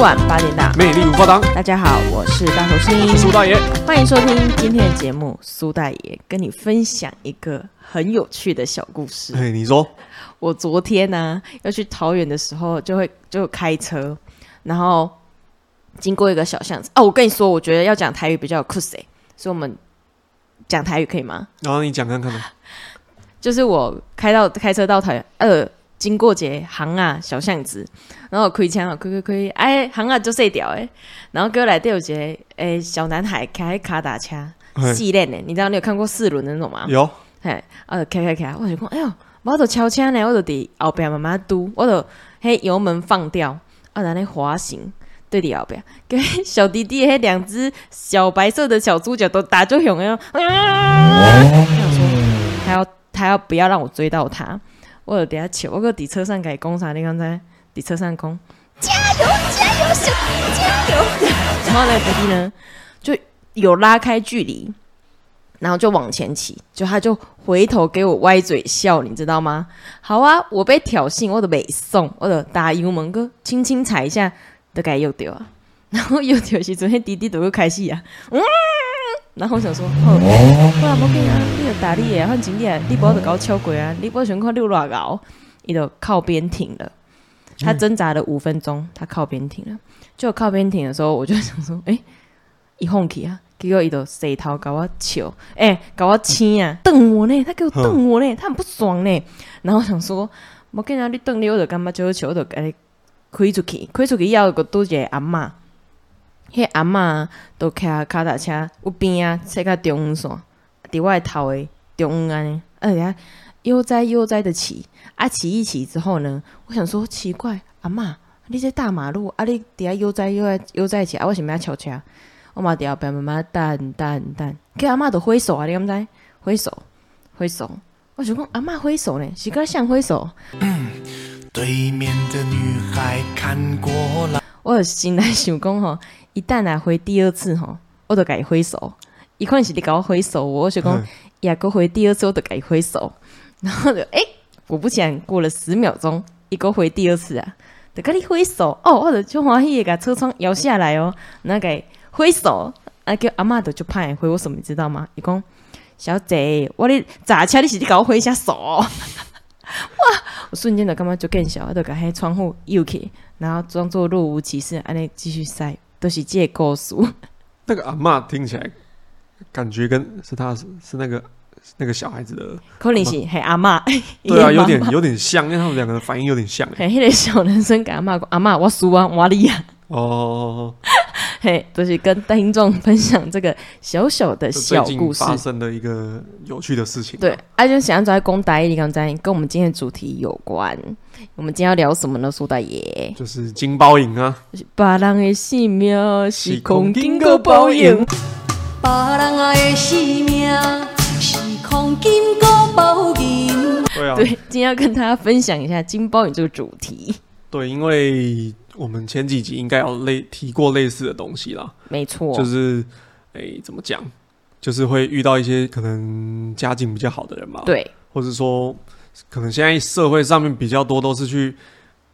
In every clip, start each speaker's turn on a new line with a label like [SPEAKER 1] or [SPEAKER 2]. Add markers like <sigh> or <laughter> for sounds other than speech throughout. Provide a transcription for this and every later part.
[SPEAKER 1] 晚八点档，
[SPEAKER 2] 魅力无法挡，
[SPEAKER 1] 大家好，我是大头
[SPEAKER 2] 我是
[SPEAKER 1] 星，
[SPEAKER 2] 苏大爷。
[SPEAKER 1] 欢迎收听今天的节目。苏大爷跟你分享一个很有趣的小故事。
[SPEAKER 2] 哎，你说，
[SPEAKER 1] 我昨天呢、要去桃园的时候，就会就开车，然后经过一个小巷子。哦，我跟你说，我觉得要讲台语比较有酷欸，所以我们讲台语可以吗？
[SPEAKER 2] 然后你讲看看啊吧。
[SPEAKER 1] 就是我开到开车到台呃，经过一个巷啊小巷子，然后我开枪啊，开开开，哎巷啊就细条诶，然后过来底有一个诶、小男孩开卡打车，
[SPEAKER 2] 嘿
[SPEAKER 1] 四轮的，你知道你有看过四轮的那种吗？
[SPEAKER 2] 有，
[SPEAKER 1] 嘿，啊，开开开，我就讲，哎哟，我都超车呢，我就伫后壁慢慢嘟，我就嘿油门放掉，啊，然后滑行。对伫后壁，跟小弟弟迄两只小白色的小猪脚都打就熊了，啊！我想说他要他要不要让我追到他？我有等下求，我搁伫车上给伊讲啥？你刚才伫车上讲加油加油，小弟加油！然 <laughs> 后呢，弟弟呢就有拉开距离，然后就往前骑，就他就回头给我歪嘴笑，你知道吗？好啊，我被挑衅，我的北送，我的打油门哥，轻轻踩一下，都该又丢啊。 <laughs> 然后又丢时阵，迄弟弟都又开始啊，嗯。然后我想说，好，不然无紧啊，你就打你的，反正你也你不要就搞超过啊，你不要想看你有偌高，伊就靠边停了。他挣扎了五分钟，他靠边停了。就靠边停的时候，我就想说，诶、一哄起啊，结果伊就洗头搞我笑，诶、搞我青啊，瞪我呢，他给我瞪我呢，他很不爽呢。然后我想说，我跟人家你瞪你，我就感觉就是笑，我就给你开出去，开出去以后，个拄一个阿嬷，迄阿嬷都骑骹踏车，有边啊，切到中央线，伫我的头的中央安尼，哎呀，悠哉悠哉的骑，啊骑一骑之后呢，我想说奇怪，阿嬷，你这大马路啊，你底下悠哉悠哉悠哉骑，啊，为什么要超车？我嘛伫后壁慢慢等等等，叫阿嬷就挥手啊，你敢知？挥手，挥手，我想讲阿嬷挥手呢，是甲像挥手，
[SPEAKER 3] 对面的女孩看过来，
[SPEAKER 1] 我有心内想讲吼，一旦来回第二次吼，我就伊挥手，伊可能是伫甲我挥手，哦我就讲
[SPEAKER 2] 嗯
[SPEAKER 1] 也个回第二次，我就伊挥手， <laughs> 然后就诶、果不其然过了十秒钟，伊个回第二次啊，就甲你挥手哦，我就就欢喜甲车窗摇下来哦，那个挥手啊，叫阿嬷的就怕回我什么，你知道吗？伊讲小姐，我咧砸车，你是伫甲我挥一下手哦。我瞬间的感觉就更小，我就把迄窗户摇起，然后装作若无其事，安尼继续塞，都、是这个故
[SPEAKER 2] <laughs>
[SPEAKER 1] 事。
[SPEAKER 2] 那个阿嬷听起来感觉跟是他是是那个是那个小孩子的，
[SPEAKER 1] 可能是嘿阿嬷，
[SPEAKER 2] 对
[SPEAKER 1] <laughs>
[SPEAKER 2] 啊，
[SPEAKER 1] 伊的妈妈
[SPEAKER 2] 有点有点像，因为他们两个的反应有点像哎。
[SPEAKER 1] 嘿，迄、个小男生给阿嬷讲，阿嬷我输啊，我你啊，
[SPEAKER 2] 哦，
[SPEAKER 1] 嘿，就是跟听众分享这个小小的
[SPEAKER 2] 就最
[SPEAKER 1] 小
[SPEAKER 2] 近
[SPEAKER 1] 故事。
[SPEAKER 2] 发生的一个有趣的事情。
[SPEAKER 1] 对，，啊，就想要在公大一刚才跟我们今天的主题有关。我们今天要聊什么呢？苏大爷，
[SPEAKER 2] 就是金包银啊，
[SPEAKER 1] 就是别人的性命是空经过报应。
[SPEAKER 4] 别人的性命是空金箍无银，
[SPEAKER 2] 对啊，
[SPEAKER 1] 对，今天要跟大家分享一下金包银这个主题。
[SPEAKER 2] 对，因为我们前几集应该有类提过类似的东西啦，
[SPEAKER 1] 没错，
[SPEAKER 2] 就是诶、怎么讲，就是会遇到一些可能家境比较好的人嘛，，
[SPEAKER 1] 对，
[SPEAKER 2] 或者说可能现在社会上面比较多都是去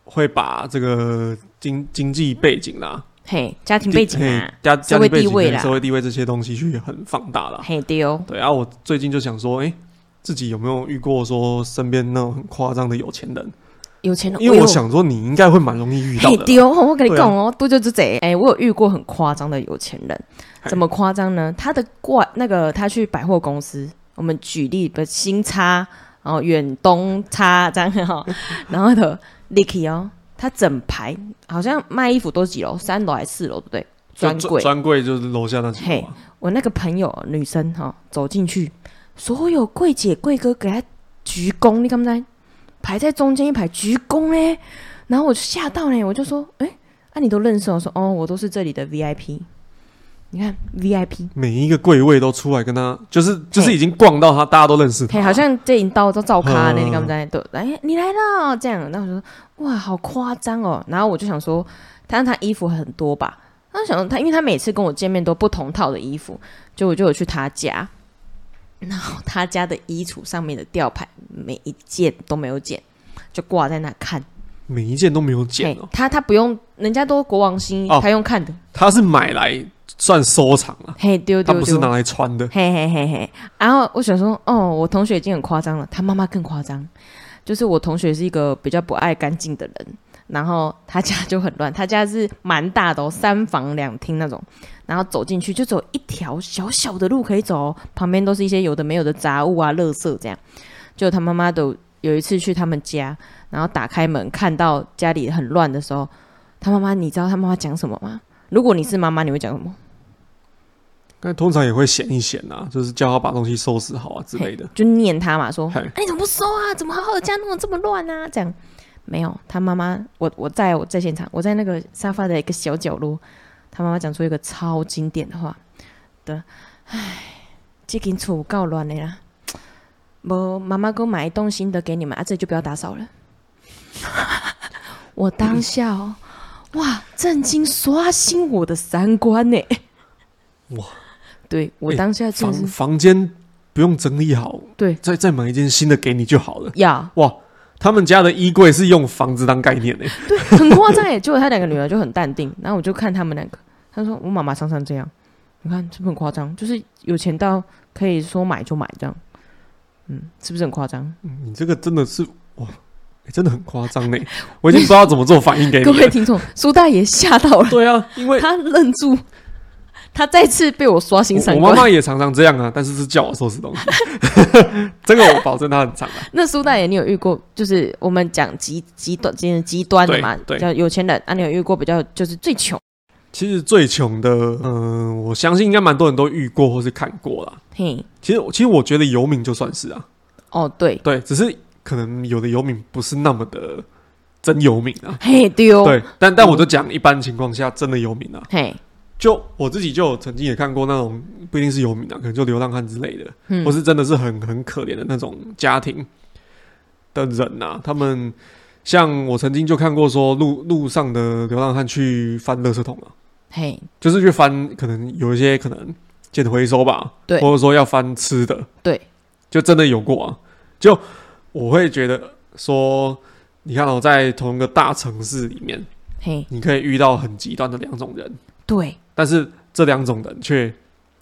[SPEAKER 2] 会把这个经经济背景啦、
[SPEAKER 1] 嘿，家庭背景
[SPEAKER 2] 嘿
[SPEAKER 1] 啊，
[SPEAKER 2] 家
[SPEAKER 1] 社
[SPEAKER 2] 家
[SPEAKER 1] 会
[SPEAKER 2] 庭背
[SPEAKER 1] 地
[SPEAKER 2] 景
[SPEAKER 1] 位
[SPEAKER 2] 跟
[SPEAKER 1] 啦
[SPEAKER 2] 社会地位这些东西去很放大啦。
[SPEAKER 1] 嘿对哦，
[SPEAKER 2] 对啊，我最近就想说，诶、自己有没有遇过说身边那种很夸张的有钱人？
[SPEAKER 1] 有钱人，
[SPEAKER 2] 因为
[SPEAKER 1] 哎
[SPEAKER 2] 我
[SPEAKER 1] 呦
[SPEAKER 2] 想说你应该会蛮容易遇到
[SPEAKER 1] 嘿
[SPEAKER 2] 的啦。
[SPEAKER 1] 对哦， <laughs> 我跟你
[SPEAKER 2] 对啊
[SPEAKER 1] 讲哦，多就这贼，哎，我有遇过很夸张的有钱人，怎么夸张呢？他的怪那个他去百货公司，我们举例的新叉，然后远东叉这样
[SPEAKER 2] <laughs>
[SPEAKER 1] 哈，然后的 Licky 哦，他整排好像卖衣服都是几楼，三楼还是四楼，对不对？
[SPEAKER 2] 就
[SPEAKER 1] 专柜，
[SPEAKER 2] 专柜就是楼下那几个
[SPEAKER 1] 嘿
[SPEAKER 2] 嘛，
[SPEAKER 1] 我那个朋友女生哈、走进去，所有柜姐柜哥给她鞠躬，你敢不敢？排在中间一排鞠躬嘞，然后我就吓到嘞，我就说，哎、啊你都认识哦？我说哦，我都是这里的 VIP。你看 VIP，
[SPEAKER 2] 每一个柜位都出来跟他，就是就是
[SPEAKER 1] 嘿
[SPEAKER 2] 已经逛到他，大家都认识他
[SPEAKER 1] 嘿，
[SPEAKER 2] 了，
[SPEAKER 1] 好像这一道都照咖呢，
[SPEAKER 2] 嗯
[SPEAKER 1] 你敢不敢？对，哎，你来了这样，然后我就说哇，好夸张哦。然后我就想说，他他衣服很多吧？他想他，因为他每次跟我见面都不同套的衣服，就我就有去他家，然后他家的衣橱上面的吊牌每一件都没有剪，就挂在那看，
[SPEAKER 2] 每一件都没有剪
[SPEAKER 1] 嘿
[SPEAKER 2] 哦，
[SPEAKER 1] 他他不用，人家都国王新衣，
[SPEAKER 2] 哦
[SPEAKER 1] 他用看的，
[SPEAKER 2] 他是买来算收藏了，
[SPEAKER 1] 嘿丢
[SPEAKER 2] 他
[SPEAKER 1] 丢
[SPEAKER 2] 不是
[SPEAKER 1] 丢，
[SPEAKER 2] 拿来穿的。
[SPEAKER 1] 嘿嘿嘿嘿。然后我想说，哦，我同学已经很夸张了，他妈妈更夸张，就是我同学是一个比较不爱干净的人，然后他家就很乱，他家是蛮大的哦，三房两厅那种，然后走进去就只有一条小小的路可以走哦、旁边都是一些有的没有的杂物啊、垃圾这样。就他妈妈都有一次去他们家，然后打开门看到家里很乱的时候，他妈妈，你知道他妈妈讲什么吗？如果你是妈妈，你会讲什么？
[SPEAKER 2] 但通常也会闲一闲啊，就是叫他把东西收拾好啊之类的
[SPEAKER 1] 嘿。就念他嘛，说、
[SPEAKER 2] 嘿
[SPEAKER 1] 啊、你怎么不收啊？怎么好好的家弄得这么乱啊？这样没有，他妈妈，我我在我在现场，我在那个沙发的一个小角落，他妈妈讲出一个超经典的话的，唉，这间厝有够乱的啦，无妈妈给我买一栋新的给你们啊，这里就不要打扫了。 <laughs> 我当下哦，哇，震惊刷新我的三观呢！
[SPEAKER 2] 哇，
[SPEAKER 1] 对我
[SPEAKER 2] 哎
[SPEAKER 1] 当下就
[SPEAKER 2] 房
[SPEAKER 1] 是、
[SPEAKER 2] 房间不用整理好，
[SPEAKER 1] 对
[SPEAKER 2] 再再买一件新的给你就好了。
[SPEAKER 1] 呀。
[SPEAKER 2] 哇，他们家的衣柜是用房子当概念欸的、
[SPEAKER 1] 对， <laughs> 很夸张哎。结果他两个女儿就很淡定，然后我就看他们两个，他说我妈妈常常这样，你看是不是很夸张？就是有钱到可以说买就买这样，嗯，是不是很夸张？
[SPEAKER 2] 嗯 <laughs> 你这个真的是哇、哎真的很夸张呢，我已经不知道怎么做反应给你
[SPEAKER 1] <laughs> 各位
[SPEAKER 2] 了。
[SPEAKER 1] 听众，苏大爷吓到了，
[SPEAKER 2] 对啊，因为
[SPEAKER 1] 他愣住，他再次被我刷新
[SPEAKER 2] 我
[SPEAKER 1] 三
[SPEAKER 2] 我妈
[SPEAKER 1] 观。
[SPEAKER 2] 妈也常常这样啊，但是是叫我收拾东西， <laughs> 这个我保证她很常啊。
[SPEAKER 1] 那苏大爷，你有遇过就是我们讲极极端、极极端的嘛？
[SPEAKER 2] 对对
[SPEAKER 1] 叫有钱人啊，你有遇过比较就是最穷？
[SPEAKER 2] 其实最穷的，嗯、我相信应该蛮多人都遇过或是看过啦。
[SPEAKER 1] 嘿，
[SPEAKER 2] 其实，其实我觉得游民就算是啊，
[SPEAKER 1] 哦对，
[SPEAKER 2] 对，只是可能有的游民不是那么的真游民啊。
[SPEAKER 1] 嘿丢，
[SPEAKER 2] 对，但但我就讲一般情况下真的游民啊，
[SPEAKER 1] 嘿，
[SPEAKER 2] 就我自己就有曾经也看过那种不一定是游民啊，可能就流浪汉之类的，
[SPEAKER 1] 嗯
[SPEAKER 2] 或是真的是很很可怜的那种家庭的人啊，他们像我曾经就看过说路路上的流浪汉去翻垃圾桶啊，
[SPEAKER 1] 嘿，
[SPEAKER 2] 就是去翻，可能有一些可能捡回收吧，
[SPEAKER 1] 对
[SPEAKER 2] 或者说要翻吃的，
[SPEAKER 1] 对，
[SPEAKER 2] 就真的有过啊。就我会觉得说，你看我、哦在同一个大城市里面，
[SPEAKER 1] 嘿，
[SPEAKER 2] 你可以遇到很极端的两种人，
[SPEAKER 1] 对。
[SPEAKER 2] 但是这两种人却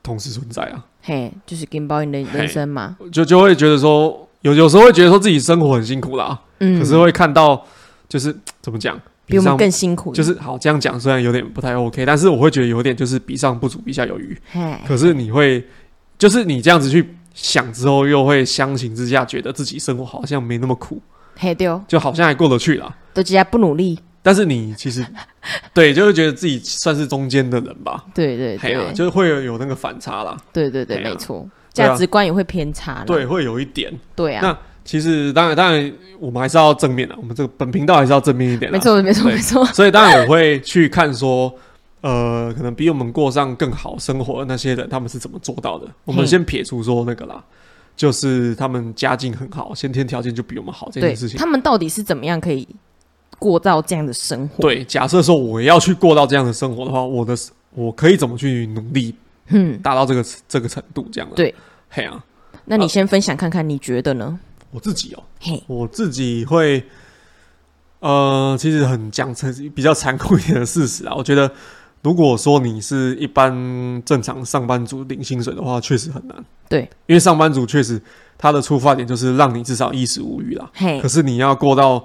[SPEAKER 2] 同时存在啊，
[SPEAKER 1] 嘿，就是跟包你的
[SPEAKER 2] 嘿
[SPEAKER 1] 人生嘛，
[SPEAKER 2] 就就会觉得说，有有时候会觉得说自己生活很辛苦啦，
[SPEAKER 1] 嗯，
[SPEAKER 2] 可是会看到就是怎么讲，
[SPEAKER 1] 比我
[SPEAKER 2] 上
[SPEAKER 1] 们更辛苦，
[SPEAKER 2] 就是好这样讲，虽然有点不太 OK，但是我会觉得有点就是比上不足，比下有余。
[SPEAKER 1] 嘿，
[SPEAKER 2] 可是你会，就是你这样子去想之后，又会相形之下觉得自己生活好像没那么苦，
[SPEAKER 1] 嘿对哦，
[SPEAKER 2] 就好像还过得去啦。
[SPEAKER 1] 都家不努力，
[SPEAKER 2] 但是你其实对，就会觉得自己算是中间的人吧，
[SPEAKER 1] 对对
[SPEAKER 2] 嘿啊，
[SPEAKER 1] 对，
[SPEAKER 2] 就是会有有那个反差啦，
[SPEAKER 1] 对对对，
[SPEAKER 2] 嘿啊
[SPEAKER 1] 没错，
[SPEAKER 2] 对啊
[SPEAKER 1] 价值观也会偏差啦，
[SPEAKER 2] 对，会有一点。
[SPEAKER 1] 对啊，
[SPEAKER 2] 那其实当然，当然我们还是要正面的，我们这个本频道还是要正面一点，
[SPEAKER 1] 没。错没错
[SPEAKER 2] 对
[SPEAKER 1] 没错，
[SPEAKER 2] <laughs> 所以当然我会去看说。呃，可能比我们过上更好生活的那些人，他们是怎么做到的？我们
[SPEAKER 1] 嘿
[SPEAKER 2] 先撇除说那个啦，就是他们家境很好，先天条件就比我们好这
[SPEAKER 1] 嗯对
[SPEAKER 2] 件事情。
[SPEAKER 1] 他们到底是怎么样可以过到这样的生活？
[SPEAKER 2] 对，假设说我要去过到这样的生活的话，我的我可以怎么去努力
[SPEAKER 1] 嗯，
[SPEAKER 2] 达到这个这个程度？这样的
[SPEAKER 1] 对，
[SPEAKER 2] 嘿啊，
[SPEAKER 1] 那你
[SPEAKER 2] 啊
[SPEAKER 1] 先分享看看，你觉得呢？
[SPEAKER 2] 我自己哦，
[SPEAKER 1] 嘿，
[SPEAKER 2] 我自己会，呃，其实很讲成比较残酷一点的事实啊。我 <laughs> 觉得，如果说你是一般正常上班族领薪水的话，确实很难。
[SPEAKER 1] 对，
[SPEAKER 2] 因为上班族确实他的出发点就是让你至少衣食无余啦。
[SPEAKER 1] 嘿
[SPEAKER 2] 可，是你要过到，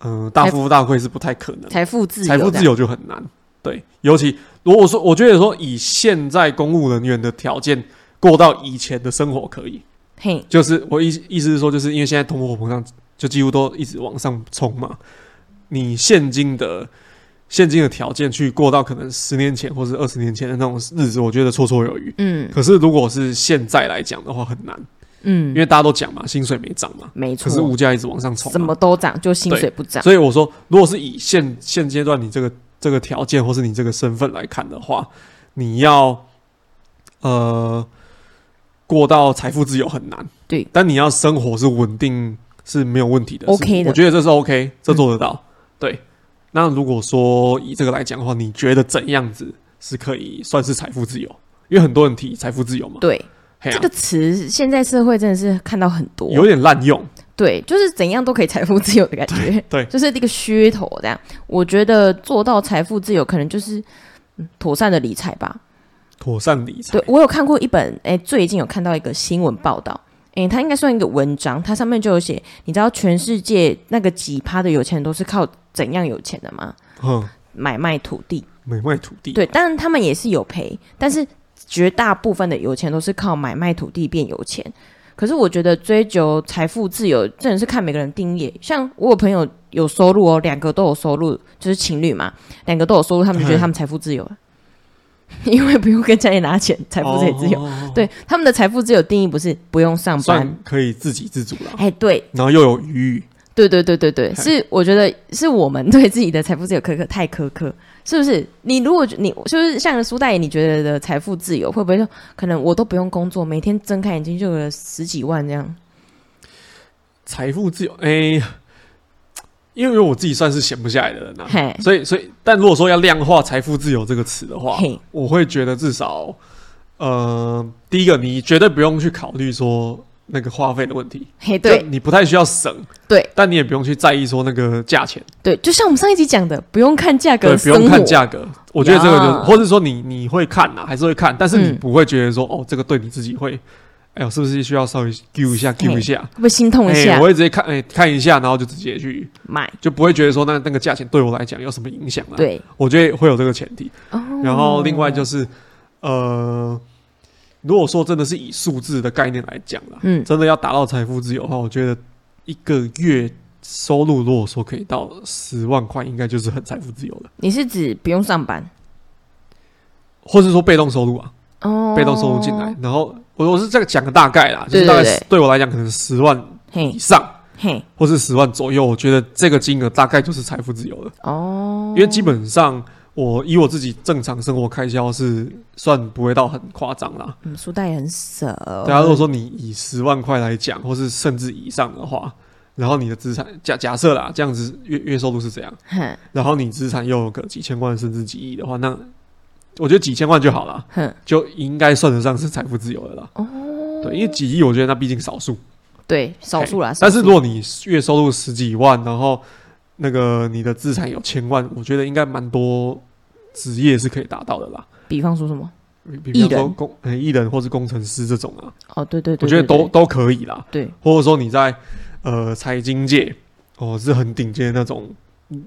[SPEAKER 2] 嗯、大富大贵是不太可能的。
[SPEAKER 1] 财富自由，
[SPEAKER 2] 财富自，由就很难。对，尤其如果说，我觉得说以现在公务人员的条件过到以前的生活可以，
[SPEAKER 1] 嘿，
[SPEAKER 2] 就是我意意思是说，就是因为现在通货膨胀就几乎都一直往上冲嘛，你现今的现今的条件去过到可能十年前或者二十年前的那种日子，我觉得绰绰有余。
[SPEAKER 1] 嗯
[SPEAKER 2] 可是如果是现在来讲的话，很难，
[SPEAKER 1] 嗯，
[SPEAKER 2] 因为大家都讲嘛，薪水没涨嘛，
[SPEAKER 1] 没
[SPEAKER 2] 可是
[SPEAKER 1] 错
[SPEAKER 2] 物，价一直往上冲嘛，
[SPEAKER 1] 什么都涨，就薪
[SPEAKER 2] 对
[SPEAKER 1] 水不涨，
[SPEAKER 2] 所以我说，如果是以现现阶段你这个这个条件或是你这个身份来看的话，你要呃过到财富自由很难，
[SPEAKER 1] 对，
[SPEAKER 2] 但你要生活是稳定是没有问题的
[SPEAKER 1] OK
[SPEAKER 2] 是
[SPEAKER 1] 的嗯
[SPEAKER 2] 我觉得这是 OK，这做得到。对，那如果说以这个来讲的话，你觉得怎样子是可以算是财富自由？因为很多人提财富自由嘛，
[SPEAKER 1] 对，
[SPEAKER 2] 嘿啊
[SPEAKER 1] 这个词现在社会真的是看到很多，
[SPEAKER 2] 有点滥用，
[SPEAKER 1] 对，就是怎样都可以财富自由的感觉，
[SPEAKER 2] 对对
[SPEAKER 1] 就是一个噱头这样。我觉得做到财富自由，可能就是嗯妥善的理财吧。
[SPEAKER 2] 妥善理财
[SPEAKER 1] 对，我有看过一本，哎、最近有看到一个新闻报道，哎、它应该算一个文章，它上面就有写，你知道全世界那个几趴的有钱人都是靠怎样有钱的吗？
[SPEAKER 2] 嗯，
[SPEAKER 1] 买卖土地，
[SPEAKER 2] 买卖土地，
[SPEAKER 1] 对，当然他们也是有赔，但是绝大部分的有钱都是靠买卖土地变有钱。可是我觉得追求财富自由真的是看每个人定义。像我有朋友有收入哦，两个都有收入，就是情侣嘛，两个都有收入，他们就觉得他们财富自由了， <laughs> 因为不用跟家里拿钱，财富自由自由。
[SPEAKER 2] 哦，
[SPEAKER 1] 对，他们的财富自由定义不是不用上班
[SPEAKER 2] 算，可以自给自足了，
[SPEAKER 1] 哎，对，
[SPEAKER 2] 然后又有余裕，
[SPEAKER 1] 对对对对对，是我觉得是我们对自己的财富自由苛刻太苛刻，是不是？你如果你就是像苏大爷，你觉得的财富自由会不会就可能我都不用工作，每天睁开眼睛就有十几万这样？
[SPEAKER 2] 财富自由，哎、因为我自己算是闲不下来的人啊，
[SPEAKER 1] 嘿，
[SPEAKER 2] 所以，所以，但如果说要量化“财富自由”这个词的话
[SPEAKER 1] 嘿，
[SPEAKER 2] 我会觉得至少，呃，第一个，你绝对不用去考虑说那个花费的问题，
[SPEAKER 1] 嘿，
[SPEAKER 2] 就
[SPEAKER 1] 对
[SPEAKER 2] 你不太需要省，
[SPEAKER 1] 对
[SPEAKER 2] 但你也不用去在意说那个价钱，
[SPEAKER 1] 对，就像我们上一集讲的，不用看价格
[SPEAKER 2] 对，，不用看，价格。我觉得这个就
[SPEAKER 1] 呀
[SPEAKER 2] 是，或者说你你会看啊呐、还是会看，但是你
[SPEAKER 1] 嗯
[SPEAKER 2] 不会觉得说，哦，这个对你自己会，哎呦，是不是需要稍微 Q 一下
[SPEAKER 1] 嘿
[SPEAKER 2] Q 一下？
[SPEAKER 1] 会不会心痛一
[SPEAKER 2] 哎、
[SPEAKER 1] 下
[SPEAKER 2] 我？会直接看，哎、看一下，然后就直接去，
[SPEAKER 1] 买，
[SPEAKER 2] 就不会觉得说那那个价钱对我来讲有什么影响啊？，
[SPEAKER 1] 对，
[SPEAKER 2] 我觉得会有这个前提。
[SPEAKER 1] 哦
[SPEAKER 2] 然后另外就是，呃，如果说真的是以数字的概念来讲啦，
[SPEAKER 1] 嗯
[SPEAKER 2] 真的要达到财富自由的话，我觉得一个月收入如果说可以到十万块，应该就是很财富自由了，
[SPEAKER 1] 你是指不用上班
[SPEAKER 2] 或是说被动收入啊，
[SPEAKER 1] 哦，
[SPEAKER 2] 被动收入进来，，然后我我是这个讲个大概啦，就
[SPEAKER 1] 对
[SPEAKER 2] 是大概
[SPEAKER 1] 对
[SPEAKER 2] 是对我来讲可能十万
[SPEAKER 1] 嘿
[SPEAKER 2] 以上。
[SPEAKER 1] 嘿，
[SPEAKER 2] 或是十万左右，我觉得这个金额大概就是财富自由了，
[SPEAKER 1] 哦
[SPEAKER 2] 因，为基本上我以我自己正常生活开销是算不会到很夸张啦，
[SPEAKER 1] 嗯苏大爷很舍，
[SPEAKER 2] 对啊，如果说你以十万块来讲，或是甚至以上的话，然后你的资产假假设啦，这样子月月收入是这样，
[SPEAKER 1] 哼
[SPEAKER 2] 然后你资产又有个几千万甚至几亿的话，那我觉得几千万就好了，
[SPEAKER 1] 哼，
[SPEAKER 2] 就应该算得上是财富自由的啦。
[SPEAKER 1] 哦，
[SPEAKER 2] 对，因为几亿我觉得那毕竟少数，
[SPEAKER 1] 对，少数啦，
[SPEAKER 2] 但
[SPEAKER 1] 少
[SPEAKER 2] 是
[SPEAKER 1] 数
[SPEAKER 2] 如果你月收入十几万，然后那个你的资产有千万，我觉得应该蛮多职业是可以达到的啦。
[SPEAKER 1] 比方说什么？
[SPEAKER 2] 比比
[SPEAKER 1] 艺
[SPEAKER 2] 方说
[SPEAKER 1] 人
[SPEAKER 2] 工呃艺人或是工程师这种啊，
[SPEAKER 1] 哦，对对
[SPEAKER 2] 我
[SPEAKER 1] 对
[SPEAKER 2] 觉
[SPEAKER 1] 对
[SPEAKER 2] 得都都可以啦。
[SPEAKER 1] 对，
[SPEAKER 2] 或者说你在呃财经界哦是很顶尖的那种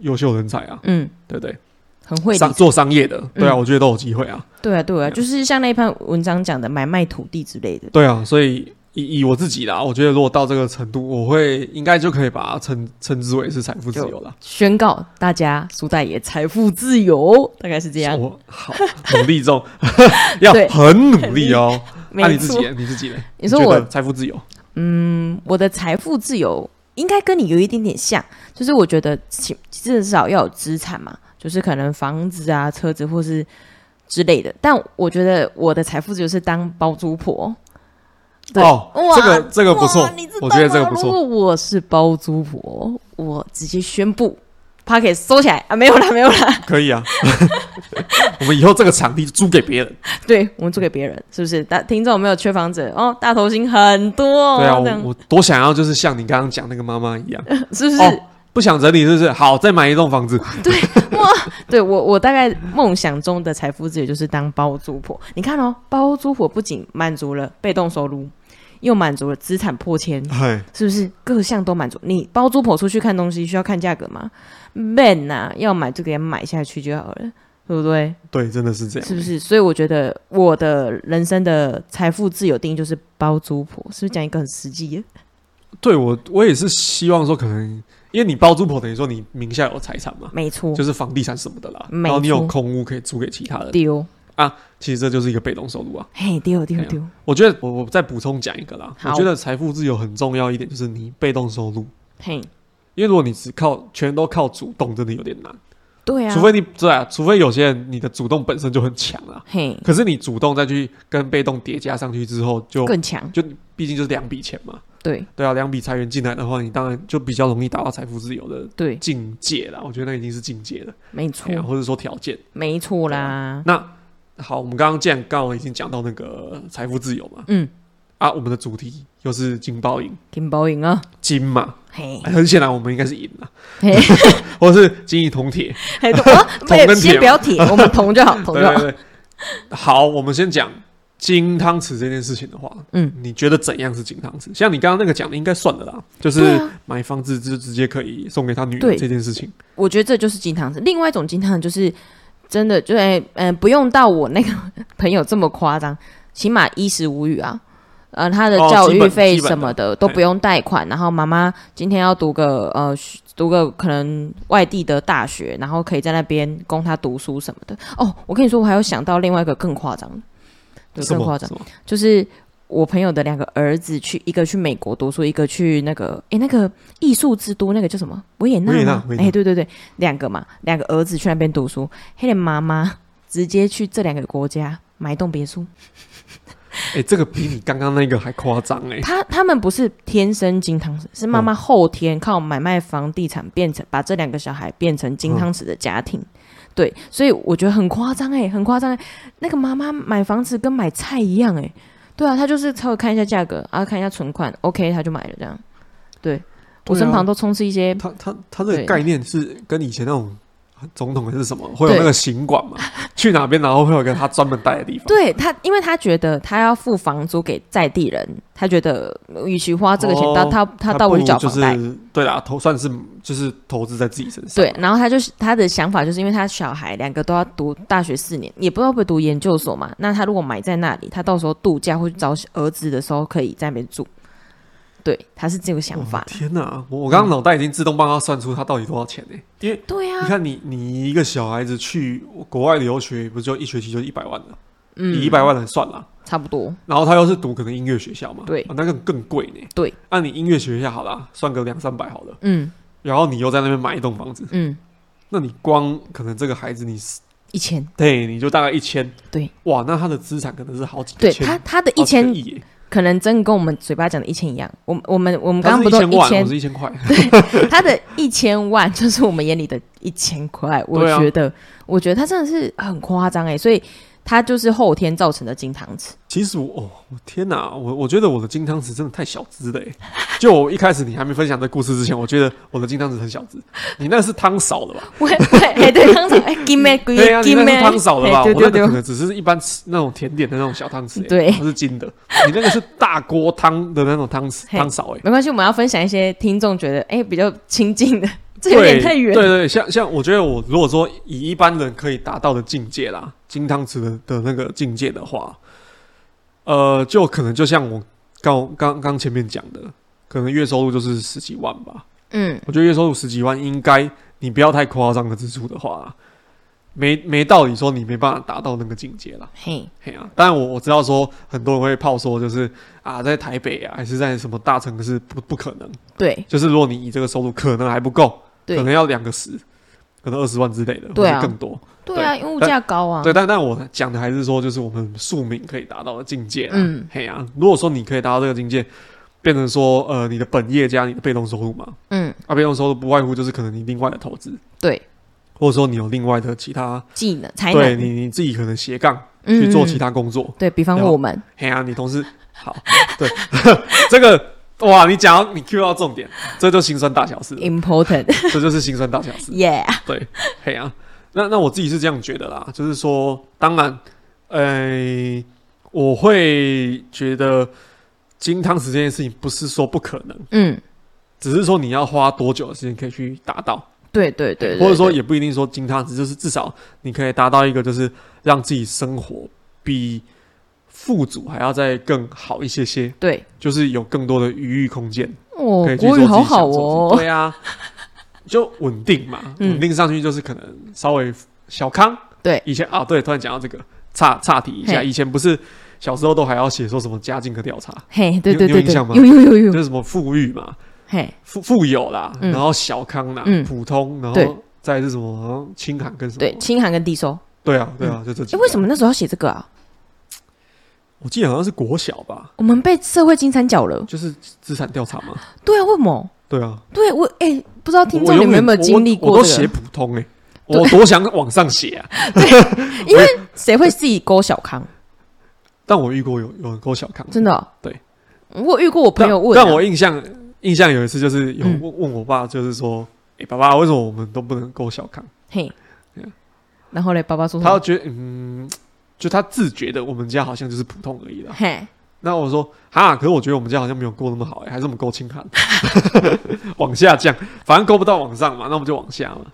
[SPEAKER 2] 优秀人才啊，
[SPEAKER 1] 嗯，
[SPEAKER 2] 对不对？
[SPEAKER 1] 很会理
[SPEAKER 2] 商
[SPEAKER 1] 财。
[SPEAKER 2] 做商业的，对啊，
[SPEAKER 1] 嗯
[SPEAKER 2] 我觉得都有机会啊，
[SPEAKER 1] 对啊，对啊，就是像那一篇文章讲的买卖土地之类的。
[SPEAKER 2] 对啊，所以以以我自己啦，我觉得如果到这个程度，我会应该就可以把它称称之为是财富自由了。
[SPEAKER 1] 宣告大家，苏大爷财富自由，大概是这样。
[SPEAKER 2] 我好 <laughs> 努
[SPEAKER 1] <laughs>
[SPEAKER 2] 力中，要
[SPEAKER 1] 对
[SPEAKER 2] 很努力哦。那、
[SPEAKER 1] 没
[SPEAKER 2] 你自
[SPEAKER 1] 错
[SPEAKER 2] 己，，你自己嘞？
[SPEAKER 1] 你说
[SPEAKER 2] 觉
[SPEAKER 1] 我
[SPEAKER 2] 得财富自由，
[SPEAKER 1] 嗯，我的财富自由应该跟你有一点点像，就是我觉得起至少要有资产嘛，就是可能房子啊、车子或是之类的。但我觉得我的财富自由是当包租婆。对
[SPEAKER 2] 哦
[SPEAKER 1] 哇
[SPEAKER 2] 这个这个不错
[SPEAKER 1] 哇你知道
[SPEAKER 2] 我觉得这个
[SPEAKER 1] 吗
[SPEAKER 2] 不错
[SPEAKER 1] 如果我是包租婆，我直接宣布 p o c k e t 收起来啊，没有啦，没有啦。
[SPEAKER 2] 可以啊。 <laughs> 我们以后这个场地租给别人，
[SPEAKER 1] 对我们租给别人，是不是？大听众有没有缺房子哦，大头星很多、哦，
[SPEAKER 2] 对啊，
[SPEAKER 1] 这样
[SPEAKER 2] 我我多想要就是像你刚刚讲那个妈妈一
[SPEAKER 1] <laughs>
[SPEAKER 2] 样，
[SPEAKER 1] 是不是？
[SPEAKER 2] 哦，不想整理是不是？好，再买一栋房子，
[SPEAKER 1] 对我，我大概梦想中的财富自由就是当包租婆。你看哦，包租婆不仅满足了被动收入，又满足了资产破千，
[SPEAKER 2] 哎，
[SPEAKER 1] 是不是？各项都满足。你包租婆出去看东西需要看价格吗？man 呐、要买就给它买下去就好了，对不对？
[SPEAKER 2] 对，真的是这样，
[SPEAKER 1] 是不是？所以我觉得我的人生的财富自由定义就是包租婆，是不是讲一个很实际的？
[SPEAKER 2] 对我我也是希望说，可能因为你包租婆等于说你名下有财产嘛，
[SPEAKER 1] 没错
[SPEAKER 2] 就，是房地产什么的啦，
[SPEAKER 1] 哦没
[SPEAKER 2] 然后你有
[SPEAKER 1] 错
[SPEAKER 2] 空屋可以租给其他人，
[SPEAKER 1] 丢，
[SPEAKER 2] 其实这就是一个被动收入啊。
[SPEAKER 1] 嘿，丢丢
[SPEAKER 2] 哎呀
[SPEAKER 1] 丢，
[SPEAKER 2] 我觉得我我再补充讲一个啦，我
[SPEAKER 1] 好
[SPEAKER 2] 觉得财富自由很重要一点就是你被动收入，
[SPEAKER 1] 嘿，
[SPEAKER 2] 因为如果你只靠全都靠主动，真的有点难，
[SPEAKER 1] 对啊，
[SPEAKER 2] 除非你对啊，除非有些人你的主动本身就很强啦。
[SPEAKER 1] 嘿
[SPEAKER 2] 可是你主动再去跟被动叠加上去之后，就
[SPEAKER 1] 更强，
[SPEAKER 2] 就毕竟就是两笔钱嘛，
[SPEAKER 1] 对
[SPEAKER 2] 对啊，两笔财源进来的话，你当然就比较容易达到财富自由的
[SPEAKER 1] 对，
[SPEAKER 2] 境界啦。我觉得那已经是境界了，
[SPEAKER 1] 没错
[SPEAKER 2] 哎呀，或者说条件。
[SPEAKER 1] 没错啦。
[SPEAKER 2] 那好，我们刚刚既然刚好已经讲到那个财富自由嘛，
[SPEAKER 1] 嗯，
[SPEAKER 2] 啊，我们的主题又是金包银，
[SPEAKER 1] 金包银啊，
[SPEAKER 2] 金嘛，
[SPEAKER 1] 嘿，
[SPEAKER 2] 很显然我们应该是银啊，
[SPEAKER 1] 嘿，
[SPEAKER 2] 或是金银铜铁，
[SPEAKER 1] 嘿，
[SPEAKER 2] <laughs>
[SPEAKER 1] 啊不
[SPEAKER 2] 铜跟
[SPEAKER 1] 先
[SPEAKER 2] 铁
[SPEAKER 1] 不要铁，我们铜就好，铜
[SPEAKER 2] 对
[SPEAKER 1] 就好。
[SPEAKER 2] 对对。好，我们先讲金汤匙这件事情的话，
[SPEAKER 1] 嗯，
[SPEAKER 2] 你觉得怎样是金汤匙？像你刚刚那个讲的，应该算了啦，就
[SPEAKER 1] 对
[SPEAKER 2] 是
[SPEAKER 1] 啊
[SPEAKER 2] 买房子就直接可以送给他女
[SPEAKER 1] 对
[SPEAKER 2] 人这件事情，
[SPEAKER 1] 我觉得这就是金汤匙。另外一种金汤匙就是真的，就是哎嗯、不用到我那个朋友这么夸张，起码衣食无语啊。呃，他的
[SPEAKER 2] 哦
[SPEAKER 1] 教
[SPEAKER 2] 基
[SPEAKER 1] 育
[SPEAKER 2] 本
[SPEAKER 1] 费
[SPEAKER 2] 基本的
[SPEAKER 1] 什么的都
[SPEAKER 2] 嘿
[SPEAKER 1] 不用贷款，然后妈妈今天要读个呃读个可能外地的大学，然后可以在那边供他读书什么的。哦，我跟你说，我还有想到另外一个更夸张的，对，
[SPEAKER 2] 什
[SPEAKER 1] 更
[SPEAKER 2] 么
[SPEAKER 1] 夸张
[SPEAKER 2] 什，么？
[SPEAKER 1] 就是我朋友的两个儿子去，一个去美国读书，一个去那个诶，那个艺术之都那个叫什么维也纳
[SPEAKER 2] 维也纳
[SPEAKER 1] 吗？
[SPEAKER 2] 维也
[SPEAKER 1] 哎、
[SPEAKER 2] 纳
[SPEAKER 1] 对对对，两个嘛，两个儿子去那边读书，黑人妈妈直接去这两个国家买一栋别墅。
[SPEAKER 2] 哎、这个比你刚刚那个还夸张哎！
[SPEAKER 1] 他他们不是天生金汤匙，是妈妈后天靠买卖房地产变成把这两个小孩变成金汤匙的家庭。对，所以我觉得很夸张哎，很夸张哎、那个妈妈买房子跟买菜一样哎、对啊，她就是稍微看一下价格，啊，看一下存款，OK，她就买了这样。对我
[SPEAKER 2] 对啊
[SPEAKER 1] 身旁都充斥一些，
[SPEAKER 2] 他他他这
[SPEAKER 1] 对
[SPEAKER 2] 个概念是跟以前那种总统还是什么，会有
[SPEAKER 1] 对
[SPEAKER 2] 那个行馆
[SPEAKER 1] <laughs>
[SPEAKER 2] 嘛？去哪边然后会有一个他专门待的地方。
[SPEAKER 1] 对她，因为她觉得她要付房租给在地人，她觉得呃与其花这个钱，
[SPEAKER 2] 哦
[SPEAKER 1] 她她她倒
[SPEAKER 2] 不
[SPEAKER 1] 不如
[SPEAKER 2] 如
[SPEAKER 1] 缴
[SPEAKER 2] 就
[SPEAKER 1] 房贷。
[SPEAKER 2] 是对啦，投算是就是投资在自己身上。
[SPEAKER 1] 对，然后他就是他的想法，就是因为他小孩两个都要读大学四年，也不知道会不会读研究所嘛。那他如果买在那里，他到时候度假或去找儿子的时候，可以在那边住。对，他是这个想
[SPEAKER 2] 哇，
[SPEAKER 1] 法。
[SPEAKER 2] 天哪！我我刚刚脑袋已经自动帮他算出他到底多少钱呢、因为
[SPEAKER 1] 对呀、
[SPEAKER 2] 你看你你一个小孩子去国外留学，不就一学期就一百万了？以一
[SPEAKER 1] 嗯，
[SPEAKER 2] 百万来算啦。
[SPEAKER 1] 差不多。
[SPEAKER 2] 然后他又是读可能音乐学校嘛，
[SPEAKER 1] 对
[SPEAKER 2] 啊那个更贵呢、
[SPEAKER 1] 对，
[SPEAKER 2] 按、你音乐学校好啦，算个两三百好了。
[SPEAKER 1] 嗯
[SPEAKER 2] 然后你又在那边买一栋房子，
[SPEAKER 1] 嗯，
[SPEAKER 2] 那你光可能这个孩子你是
[SPEAKER 1] 一千。
[SPEAKER 2] 对你就大概一千，
[SPEAKER 1] 对，
[SPEAKER 2] 哇，那他的资产可能是好几
[SPEAKER 1] 对
[SPEAKER 2] 千
[SPEAKER 1] 他他的
[SPEAKER 2] 好
[SPEAKER 1] 一
[SPEAKER 2] 几个
[SPEAKER 1] 千
[SPEAKER 2] 亿耶，
[SPEAKER 1] 可能真的跟我们嘴巴讲的一千一样。我们我们我们刚刚
[SPEAKER 2] 他
[SPEAKER 1] 不
[SPEAKER 2] 是
[SPEAKER 1] 都
[SPEAKER 2] 一千万，
[SPEAKER 1] 千
[SPEAKER 2] 我是一千块，
[SPEAKER 1] <laughs> 他的一千万就是我们眼里的一千块，我
[SPEAKER 2] 对啊
[SPEAKER 1] 觉得，我觉得他真的是很夸张哎，所以他就是后天造成的金汤匙。
[SPEAKER 2] 其实我哦，我天哪，我我觉得我的金汤匙真的太小资了耶。 <laughs> 就我一开始你还没分享这故事之前，我觉得我的金汤匙很小资。你那是汤少
[SPEAKER 1] <laughs>
[SPEAKER 2] 的吧？
[SPEAKER 1] 喂喂，哎
[SPEAKER 2] <laughs>
[SPEAKER 1] 对，汤匙，哎，金妹，金
[SPEAKER 2] 对啊，你
[SPEAKER 1] 金
[SPEAKER 2] 那
[SPEAKER 1] 妹，
[SPEAKER 2] 是汤少的吧？
[SPEAKER 1] 哎对
[SPEAKER 2] 我那
[SPEAKER 1] 对
[SPEAKER 2] 个可
[SPEAKER 1] 对，
[SPEAKER 2] 能只是一般吃那种甜点的那种小汤匙耶，欸
[SPEAKER 1] 对
[SPEAKER 2] 它是金的。你那个是大锅汤的那种汤匙
[SPEAKER 1] 嘿
[SPEAKER 2] 汤勺，哎，
[SPEAKER 1] 没关系，我们要分享一些听众觉得哎比较亲近
[SPEAKER 2] <laughs>
[SPEAKER 1] 的，这有点太远。
[SPEAKER 2] 对对，像像我觉得我如果说以一般人可以达到的境界啦，金汤匙的的那个境界的话，呃，就可能就像我刚刚刚前面讲的，可能月收入就是十几万吧。
[SPEAKER 1] 嗯，
[SPEAKER 2] 我觉得月收入十几万，应该你不要太夸张的支出的话，没没道理说你没办法达到那个境界啦。
[SPEAKER 1] 嘿，
[SPEAKER 2] 嘿啊，当然我我知道说很多人会泡说就是啊，在台北啊，还是在什么大城市不不可能，
[SPEAKER 1] 对
[SPEAKER 2] 就是如果你以这个收入可能还不够，可能
[SPEAKER 1] 对
[SPEAKER 2] 要两个十，可能二十万之类的，
[SPEAKER 1] 对啊
[SPEAKER 2] 或者更多。
[SPEAKER 1] 对啊，因为物价高啊，
[SPEAKER 2] 对，但但我讲的还是说，就是我们庶民可以达到的境界啦。
[SPEAKER 1] 嗯
[SPEAKER 2] 嘿啊，如果说你可以达到这个境界，变成说呃你的本业加你的被动收入嘛，
[SPEAKER 1] 嗯，
[SPEAKER 2] 啊被动收入不外乎就是可能你另外的投资，
[SPEAKER 1] 对，
[SPEAKER 2] 或者说你有另外的其他，
[SPEAKER 1] 技能才
[SPEAKER 2] 对
[SPEAKER 1] 能
[SPEAKER 2] 你你自己可能斜杠
[SPEAKER 1] 哎嗯
[SPEAKER 2] 去做其
[SPEAKER 1] 嗯
[SPEAKER 2] 他工作。
[SPEAKER 1] 对比方
[SPEAKER 2] 对吧
[SPEAKER 1] 我们，
[SPEAKER 2] 嘿啊，你同事好，对 <laughs> 这个哇，你讲到你 Q 到重点，这就心酸大小
[SPEAKER 1] <laughs>
[SPEAKER 2] 事了，
[SPEAKER 1] important
[SPEAKER 2] 这就是心酸大小事。
[SPEAKER 1] yeah，
[SPEAKER 2] 对，嘿啊，那那我自己是这样觉得啦，就是说，当然，呃，我会觉得金汤匙这件事情不是说不可能，
[SPEAKER 1] 嗯，
[SPEAKER 2] 只是说你要花多久的时间可以去达到，
[SPEAKER 1] 对对对，对
[SPEAKER 2] 或者说
[SPEAKER 1] 对
[SPEAKER 2] 也不一定说金汤匙，就是至少你可以达到一个就是让自己生活比富足还要再更好一些些，
[SPEAKER 1] 对，
[SPEAKER 2] 就是有更多的余裕空间。
[SPEAKER 1] 哦
[SPEAKER 2] 可以，去
[SPEAKER 1] 国
[SPEAKER 2] 做自
[SPEAKER 1] 语
[SPEAKER 2] 己
[SPEAKER 1] 好好
[SPEAKER 2] 想做的
[SPEAKER 1] 哦，
[SPEAKER 2] 对啊， <laughs> 就稳定嘛，
[SPEAKER 1] 嗯
[SPEAKER 2] 稳定上去就是可能稍微小康。
[SPEAKER 1] 对
[SPEAKER 2] 以前啊，对，突然讲到这个，岔岔题一下，
[SPEAKER 1] 嘿
[SPEAKER 2] 以前不是小时候都还要写说什么家境的调查，
[SPEAKER 1] 嘿，对
[SPEAKER 2] 你
[SPEAKER 1] 对
[SPEAKER 2] 你有
[SPEAKER 1] 对
[SPEAKER 2] 印
[SPEAKER 1] 对，
[SPEAKER 2] 象吗
[SPEAKER 1] 有有有
[SPEAKER 2] 就
[SPEAKER 1] 有，
[SPEAKER 2] 是什么富裕嘛，
[SPEAKER 1] 嘿，
[SPEAKER 2] 富富有啦，
[SPEAKER 1] 嗯
[SPEAKER 2] 然后小康啦，
[SPEAKER 1] 嗯
[SPEAKER 2] 普通，然
[SPEAKER 1] 对
[SPEAKER 2] 后再来是什么好像清寒跟什么，
[SPEAKER 1] 对，清寒跟低收，
[SPEAKER 2] 对啊，对啊，就这几
[SPEAKER 1] 哎，
[SPEAKER 2] 个。
[SPEAKER 1] 为什么那时候要写这个啊？
[SPEAKER 2] 我记得好像是国小吧，
[SPEAKER 1] 我们被社会金三角了。
[SPEAKER 2] 就是资产调查嘛，
[SPEAKER 1] 对啊，为什么？
[SPEAKER 2] 对啊，
[SPEAKER 1] 对我哎、不知道听众
[SPEAKER 2] 我
[SPEAKER 1] 你
[SPEAKER 2] 永
[SPEAKER 1] 们
[SPEAKER 2] 远
[SPEAKER 1] 有没有
[SPEAKER 2] 我
[SPEAKER 1] 经历
[SPEAKER 2] 我
[SPEAKER 1] 过
[SPEAKER 2] 都
[SPEAKER 1] 这
[SPEAKER 2] 写
[SPEAKER 1] 个？
[SPEAKER 2] 普通哎，我多想往上写啊，
[SPEAKER 1] 因为谁会自己勾小康？
[SPEAKER 2] 但我遇过有有人跟我小康，
[SPEAKER 1] 真的哦、
[SPEAKER 2] 对
[SPEAKER 1] 我有遇过我朋友问、啊，嗯
[SPEAKER 2] 但我印象印象有一次就是有问问我爸，就是说，哎、爸爸，为什么我们都不能够小康？
[SPEAKER 1] 嘿
[SPEAKER 2] Yeah，
[SPEAKER 1] 然后嘞，爸爸说什
[SPEAKER 2] 他
[SPEAKER 1] 么？
[SPEAKER 2] 觉得，嗯，就他自觉的，我们家好像就是普通而已啦。
[SPEAKER 1] <laughs> 嘿，
[SPEAKER 2] 那我说，哈，可是我觉得我们家好像没有过那么好、欸，还是我们够清寒， <laughs> 往下降，反正够不到往上嘛，那我们就往
[SPEAKER 1] <laughs>
[SPEAKER 2] 下嘛。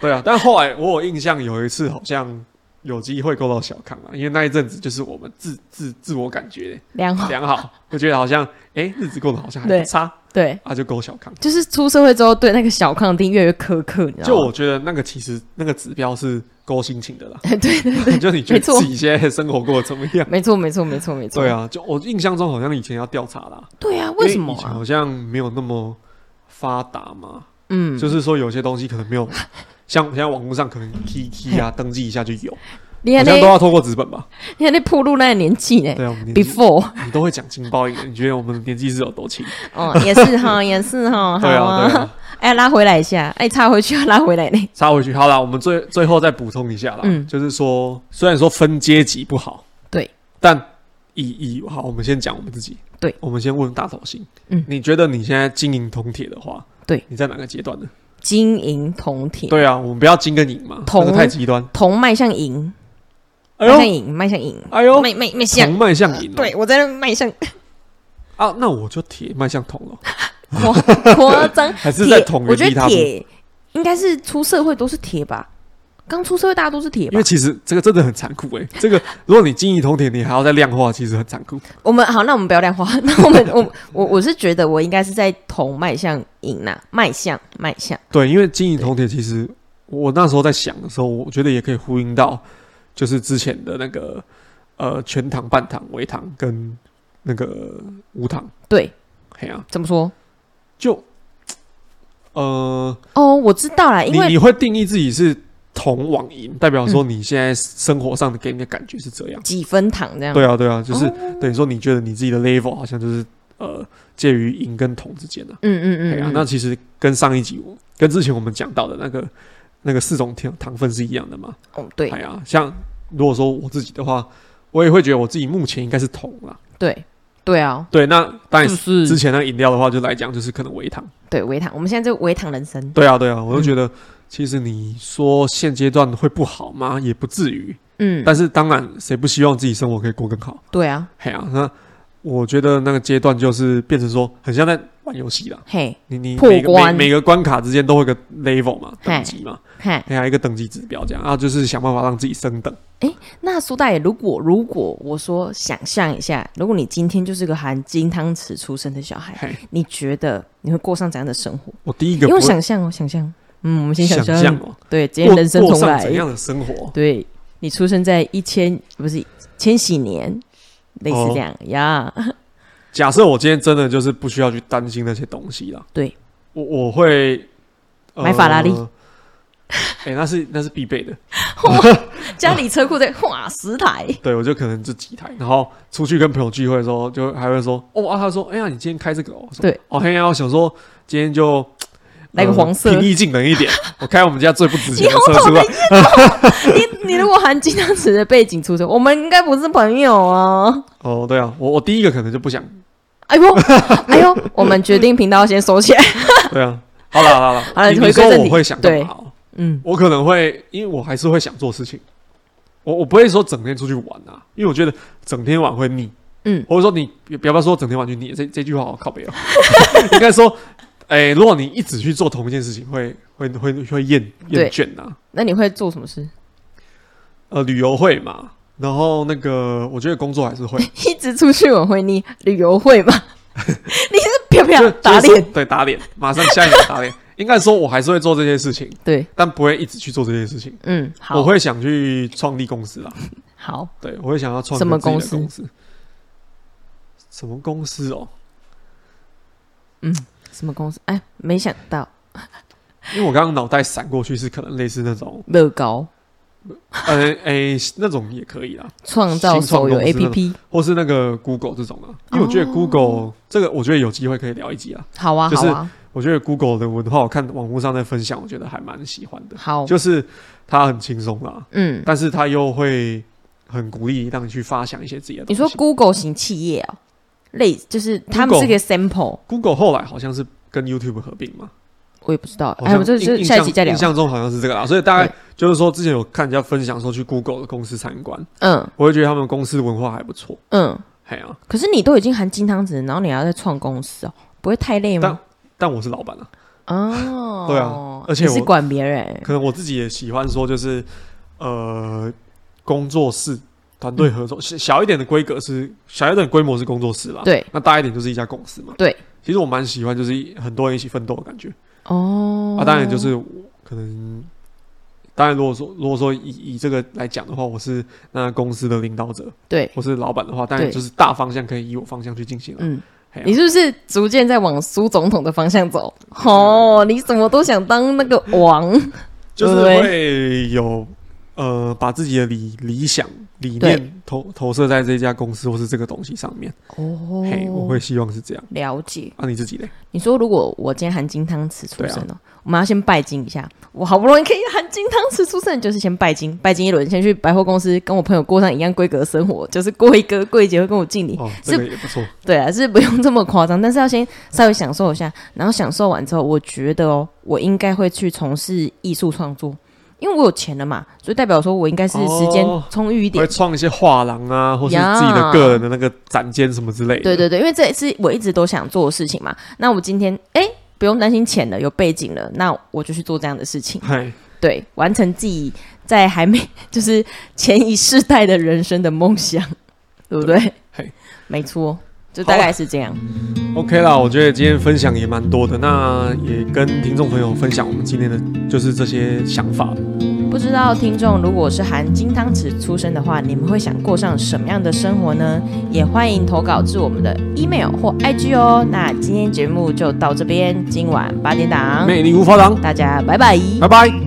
[SPEAKER 2] 对啊，但后来我有印象，有一次好像有机会够到小康啊，因为那一阵子就是我们自自自我感觉
[SPEAKER 1] 良好，
[SPEAKER 2] 良好，我觉得好像哎、欸日子过得好像还
[SPEAKER 1] 对
[SPEAKER 2] 不差
[SPEAKER 1] 对，
[SPEAKER 2] 啊，就够小康。
[SPEAKER 1] 就是出社会之后对那个小康定越来越苛刻，你知
[SPEAKER 2] 就
[SPEAKER 1] 道吗？
[SPEAKER 2] 我觉得那个其实那个指标是勾心情的啦，
[SPEAKER 1] <laughs> 对对对，
[SPEAKER 2] 就你觉得
[SPEAKER 1] 没错
[SPEAKER 2] 自己现在生活过得怎么样？
[SPEAKER 1] 没错没错没错没错，
[SPEAKER 2] 对，啊，就我印象中好像以前要调查啦，
[SPEAKER 1] 对啊，为什
[SPEAKER 2] 因
[SPEAKER 1] 么
[SPEAKER 2] 以前
[SPEAKER 1] 啊？
[SPEAKER 2] 好像没有那么发达嘛，
[SPEAKER 1] 嗯，
[SPEAKER 2] 就是说有些东西可能没有，像现在网络上可能 K K 啊，登记一下就有，
[SPEAKER 1] <laughs> 你
[SPEAKER 2] 好
[SPEAKER 1] 看
[SPEAKER 2] 像
[SPEAKER 1] 那
[SPEAKER 2] 都要透过纸本吧？
[SPEAKER 1] 你看那铺路那个年纪呢
[SPEAKER 2] 对啊，我们年纪
[SPEAKER 1] ，before，
[SPEAKER 2] 你都会讲情报应的，你觉得我们年纪是有多轻？
[SPEAKER 1] 哦，也是哈，
[SPEAKER 2] <laughs>
[SPEAKER 1] 也是哈，好
[SPEAKER 2] 对啊，对啊，
[SPEAKER 1] 哎，拉回来一下，哎，插回去要拉回来呢，
[SPEAKER 2] 插回去好啦，我们最最后再补充一下啦，
[SPEAKER 1] 嗯
[SPEAKER 2] 就是说虽然说分阶级不好，
[SPEAKER 1] 对，
[SPEAKER 2] 但以以好，我们先讲我们自己，
[SPEAKER 1] 对，
[SPEAKER 2] 我们先问大头星，
[SPEAKER 1] 嗯
[SPEAKER 2] 你觉得你现在经营铜铁的话，
[SPEAKER 1] 对
[SPEAKER 2] 你在哪个阶段呢？
[SPEAKER 1] 金银铜铁，
[SPEAKER 2] 对啊，我们不要金跟银嘛，
[SPEAKER 1] 铜
[SPEAKER 2] 这个太极端。
[SPEAKER 1] 铜迈向银，
[SPEAKER 2] 哎
[SPEAKER 1] 迈向
[SPEAKER 2] 呦，
[SPEAKER 1] 银，迈向银，
[SPEAKER 2] 哎呦，
[SPEAKER 1] 迈迈迈向
[SPEAKER 2] 铜，迈向银了，
[SPEAKER 1] 对我在那迈
[SPEAKER 2] <laughs>
[SPEAKER 1] 向，
[SPEAKER 2] 啊，那我就铁迈向铜了，
[SPEAKER 1] 夸夸张，
[SPEAKER 2] 还是在
[SPEAKER 1] 铁，
[SPEAKER 2] 铜
[SPEAKER 1] 我
[SPEAKER 2] 原
[SPEAKER 1] 觉
[SPEAKER 2] 地
[SPEAKER 1] 得
[SPEAKER 2] 踏步？
[SPEAKER 1] 铁应该是出社会都是铁吧，刚出社会大家都是铁
[SPEAKER 2] 因
[SPEAKER 1] 吧
[SPEAKER 2] 为。其实这个真的很残酷诶、这个如果你金银铜铁，你还要再量化，其实很残酷。
[SPEAKER 1] 我们好，那我们不要量化， <laughs> 那我们我我我是觉得我应该是在铜迈向银呐，迈向迈向，
[SPEAKER 2] 对，因为金银铜铁，其实我那时候在想的时候，我觉得也可以呼应到，就是之前的那个呃全糖、半糖、微糖跟那个无糖，
[SPEAKER 1] 对，
[SPEAKER 2] 嘿啊，
[SPEAKER 1] 怎么说？
[SPEAKER 2] 就呃，
[SPEAKER 1] 哦，我知道啦，因
[SPEAKER 2] 你
[SPEAKER 1] 为嗯
[SPEAKER 2] 你会定义自己是铜往银，代表说你现在生活上的给你的感觉是这样。
[SPEAKER 1] 几分糖这样，
[SPEAKER 2] 对啊，对啊，就是、
[SPEAKER 1] 哦
[SPEAKER 2] 等于说你觉得你自己的 level 好像就是呃介于银跟铜之间的、啊。
[SPEAKER 1] 嗯嗯
[SPEAKER 2] 对
[SPEAKER 1] 嗯
[SPEAKER 2] 啊
[SPEAKER 1] 嗯，，
[SPEAKER 2] 那其实跟上一集我跟之前我们讲到的那个那个四种糖糖分是一样的嘛？
[SPEAKER 1] 哦对
[SPEAKER 2] 哎呀，像如果说我自己的话，我也会觉得我自己目前应该是铜啦。
[SPEAKER 1] 对对啊，
[SPEAKER 2] 对，那当然
[SPEAKER 1] 是不
[SPEAKER 2] 之
[SPEAKER 1] 是？
[SPEAKER 2] 前那个饮料的话，就来讲就是可能微糖。
[SPEAKER 1] 对微糖，我们现在就微糖人生，
[SPEAKER 2] 对啊，对啊，我就
[SPEAKER 1] 嗯
[SPEAKER 2] 觉得其实你说现阶段会不好吗？也不至于，
[SPEAKER 1] 嗯，
[SPEAKER 2] 但是当然谁不希望自己生活可以过更好？
[SPEAKER 1] 对啊，
[SPEAKER 2] 嘿啊，那我觉得那个阶段就是变成说，很像在玩游戏啦。
[SPEAKER 1] 嘿
[SPEAKER 2] 你你
[SPEAKER 1] 破
[SPEAKER 2] 每个每
[SPEAKER 1] 关
[SPEAKER 2] 每个关卡之间都会有个 level 嘛，
[SPEAKER 1] 嘿
[SPEAKER 2] 等级嘛，
[SPEAKER 1] 嘿，
[SPEAKER 2] 还有一个等级指标这样，然后就是想办法让自己升等。
[SPEAKER 1] 那苏大爷，如果如果我说想象一下，如果你今天就是个含金汤匙出生的小
[SPEAKER 2] <laughs>
[SPEAKER 1] 孩，
[SPEAKER 2] 嘿，
[SPEAKER 1] 你觉得你会过上怎样的生活？
[SPEAKER 2] 我第一个
[SPEAKER 1] 因
[SPEAKER 2] 不
[SPEAKER 1] 为
[SPEAKER 2] 会
[SPEAKER 1] 想象哦，想象，嗯，我们先
[SPEAKER 2] 想
[SPEAKER 1] 象，
[SPEAKER 2] 象哦，
[SPEAKER 1] 对，直接
[SPEAKER 2] 过
[SPEAKER 1] 人生
[SPEAKER 2] 过
[SPEAKER 1] 重
[SPEAKER 2] 上
[SPEAKER 1] 来
[SPEAKER 2] 怎，样的生活？
[SPEAKER 1] 对你出生在一千不是千禧年，类似这
[SPEAKER 2] 哦
[SPEAKER 1] 样呀， <laughs>
[SPEAKER 2] 假设我今天真的就是不需要去担心那些东西啦，
[SPEAKER 1] 对
[SPEAKER 2] 我我会、呃
[SPEAKER 1] 买法
[SPEAKER 2] <laughs>
[SPEAKER 1] 拉利。
[SPEAKER 2] 哎、那是那是必备的，
[SPEAKER 1] 家里车库在哇十
[SPEAKER 2] <laughs>
[SPEAKER 1] 台，
[SPEAKER 2] 对我就可能这几台，然后出去跟朋友聚会的时候，就还会说，哦啊，他说，哎呀，你今天开这个、哦，我说
[SPEAKER 1] 对，
[SPEAKER 2] 哦，嘿呀、我想说今天就
[SPEAKER 1] 来个
[SPEAKER 2] 呃
[SPEAKER 1] 黄色
[SPEAKER 2] 平易近人一点，我开我们家最不值
[SPEAKER 1] <laughs> 你
[SPEAKER 2] 钱的
[SPEAKER 1] 好
[SPEAKER 2] 车
[SPEAKER 1] 讨人
[SPEAKER 2] 出来
[SPEAKER 1] 厌，哦！你你如果含金汤匙的背景出生，我们应该不是朋友
[SPEAKER 2] <laughs>
[SPEAKER 1] 哦。
[SPEAKER 2] 哦，对啊，我我第一个可能就不想，
[SPEAKER 1] 哎呦，哎呦，我们决定频道先收起来。
[SPEAKER 2] 对啊，好了
[SPEAKER 1] <laughs>
[SPEAKER 2] 好了
[SPEAKER 1] 好啦
[SPEAKER 2] 你
[SPEAKER 1] 回归
[SPEAKER 2] 你说
[SPEAKER 1] 正
[SPEAKER 2] 我
[SPEAKER 1] 题
[SPEAKER 2] 会想干
[SPEAKER 1] 对
[SPEAKER 2] 嘛哦？
[SPEAKER 1] 嗯，
[SPEAKER 2] 我可能会，因为我还是会想做事情，我我不会说整天出去玩啊，因为我觉得整天玩会腻，
[SPEAKER 1] 嗯
[SPEAKER 2] 或者说你也不要说整天玩去腻，这这句话好靠背哦， <laughs> 应该说，哎、如果你一直去做同一件事情，会会会会厌厌
[SPEAKER 1] 对
[SPEAKER 2] 倦呐、
[SPEAKER 1] 那你会做什么事？
[SPEAKER 2] 呃，旅游会嘛，然后那个我觉得工作还
[SPEAKER 1] <laughs>
[SPEAKER 2] 是会
[SPEAKER 1] 一直出去我会腻，旅游会
[SPEAKER 2] <laughs>
[SPEAKER 1] 吗？你是飘
[SPEAKER 2] 就
[SPEAKER 1] 飘打，
[SPEAKER 2] 就是
[SPEAKER 1] 脸
[SPEAKER 2] 说，对打脸，马上下一个打脸，应该说我还是会做这些事情，
[SPEAKER 1] 对，
[SPEAKER 2] 但不会一直去做这些事情。
[SPEAKER 1] 嗯，好，
[SPEAKER 2] 我会想去创立公司
[SPEAKER 1] <laughs>
[SPEAKER 2] 啦，
[SPEAKER 1] 好，
[SPEAKER 2] 对我会想要创立
[SPEAKER 1] 什么
[SPEAKER 2] 自己的
[SPEAKER 1] 公司
[SPEAKER 2] 公司？什么公司哦？
[SPEAKER 1] 什么公司？哎，没想到
[SPEAKER 2] 因为我刚刚脑袋闪过去是可能类似那种， <laughs>
[SPEAKER 1] 乐高
[SPEAKER 2] 呃，诶、那种也可以啦，
[SPEAKER 1] 创造手游
[SPEAKER 2] 新创公
[SPEAKER 1] APP，
[SPEAKER 2] 或是那个 Google 这种啦。因为
[SPEAKER 1] 哦
[SPEAKER 2] 我觉得 Google、这个，我觉得有机会可以聊一集啊。
[SPEAKER 1] 好啊，
[SPEAKER 2] 就
[SPEAKER 1] 好
[SPEAKER 2] 是
[SPEAKER 1] 啊，
[SPEAKER 2] 我觉得 Google 的文化，我看网络上在分享，我觉得还蛮喜欢的，
[SPEAKER 1] 好，
[SPEAKER 2] 就是它很轻松啦，
[SPEAKER 1] 嗯，
[SPEAKER 2] 但是它又会很鼓励让你去发想一些自己的东
[SPEAKER 1] 你
[SPEAKER 2] 西。
[SPEAKER 1] 说 Google 型企业啊？类，就是他们
[SPEAKER 2] Google
[SPEAKER 1] 是个 sample，
[SPEAKER 2] Google 后来好像是跟 YouTube 合并嘛，
[SPEAKER 1] 我也不知道。
[SPEAKER 2] 好
[SPEAKER 1] 哎，
[SPEAKER 2] 像
[SPEAKER 1] 我这这
[SPEAKER 2] 印
[SPEAKER 1] 下一集再聊
[SPEAKER 2] 印。象中好像是这个啦，所以大概
[SPEAKER 1] 对
[SPEAKER 2] 就是说，之前有看人家分享说去 Google 的公司参观，
[SPEAKER 1] 嗯
[SPEAKER 2] 我会觉得他们公司文化还不错。
[SPEAKER 1] 嗯，
[SPEAKER 2] 嘿啊，
[SPEAKER 1] 可是你都已经含金汤匙，然后你还要再创公司哦，不会太累吗？
[SPEAKER 2] 但我是老板啊，，
[SPEAKER 1] 哦
[SPEAKER 2] 对啊而且
[SPEAKER 1] 你是
[SPEAKER 2] 我
[SPEAKER 1] 管别人，
[SPEAKER 2] 可能我自己也喜欢说，就是呃，工作室团
[SPEAKER 1] 嗯
[SPEAKER 2] 队合作，小小一点的规格是小一点的规模是工作室啦，，
[SPEAKER 1] 对
[SPEAKER 2] 那大一点就是一家公司嘛。
[SPEAKER 1] 对，
[SPEAKER 2] 其实我蛮喜欢，就是一很多人一起奋斗的感觉。
[SPEAKER 1] 哦。
[SPEAKER 2] 啊，当然就是我可能，当然如果说如果说以以这个来讲的话，我是那公司的领导者，
[SPEAKER 1] 对，
[SPEAKER 2] 我是老板的话，当然
[SPEAKER 1] 对
[SPEAKER 2] 就是大方向可以以我方向去进行了。
[SPEAKER 1] 嗯
[SPEAKER 2] 嘿啊，
[SPEAKER 1] 你是不是逐渐在往苏总统的方向走？哦，你怎么都想当那个王？
[SPEAKER 2] 就是
[SPEAKER 1] 对
[SPEAKER 2] 会有呃，把自己的理理想理
[SPEAKER 1] 对
[SPEAKER 2] 念投投射在这家公司或是这个东西上面。
[SPEAKER 1] 哦
[SPEAKER 2] 嘿，我会希望是这样。
[SPEAKER 1] 了解。
[SPEAKER 2] 啊，你自己嘞？
[SPEAKER 1] 你说如果我今天含金汤匙出
[SPEAKER 2] 对啊
[SPEAKER 1] 生哦，我们要先拜金一下。我好不容易可以含金汤匙出生，就是先拜金，拜金一轮，先去百货公司跟我朋友过上一样规格的生活，就是过一个柜姐会跟我敬礼。
[SPEAKER 2] 哦，
[SPEAKER 1] 是
[SPEAKER 2] 这个也不错。
[SPEAKER 1] 对啊，是不用这么夸张，但是要先稍微享受一下，然后享受完之后，我觉得哦，我应该会去从事艺术创作，因为我有钱了嘛，所以代表说我应该是时间
[SPEAKER 2] 哦
[SPEAKER 1] 充裕一点
[SPEAKER 2] 会。创一些画廊啊，或是
[SPEAKER 1] 呀
[SPEAKER 2] 自己的个人的那个展间什么之类的。
[SPEAKER 1] 对对对，因为这也是我一直都想做的事情嘛。那我今天哎，不用担心钱了，有背景了，那我就去做这样的事情，
[SPEAKER 2] 嗨，
[SPEAKER 1] 对，完成自己在还没 <laughs> 就是前一世代的人生的梦想，对不对？
[SPEAKER 2] 嘿
[SPEAKER 1] 没错，就大概是这样。
[SPEAKER 2] OK 啦，我觉得今天分享也蛮多的，那也跟听众朋友分享我们今天的就是这些想法。
[SPEAKER 1] 不知道听众如果是含金汤匙出生的话，你们会想过上什么样的生活呢？也欢迎投稿至我们的 email 或 IG 哦。那今天节目就到这边，今晚八点档，
[SPEAKER 2] 魅力无法挡，
[SPEAKER 1] 大家拜拜。
[SPEAKER 2] 拜拜。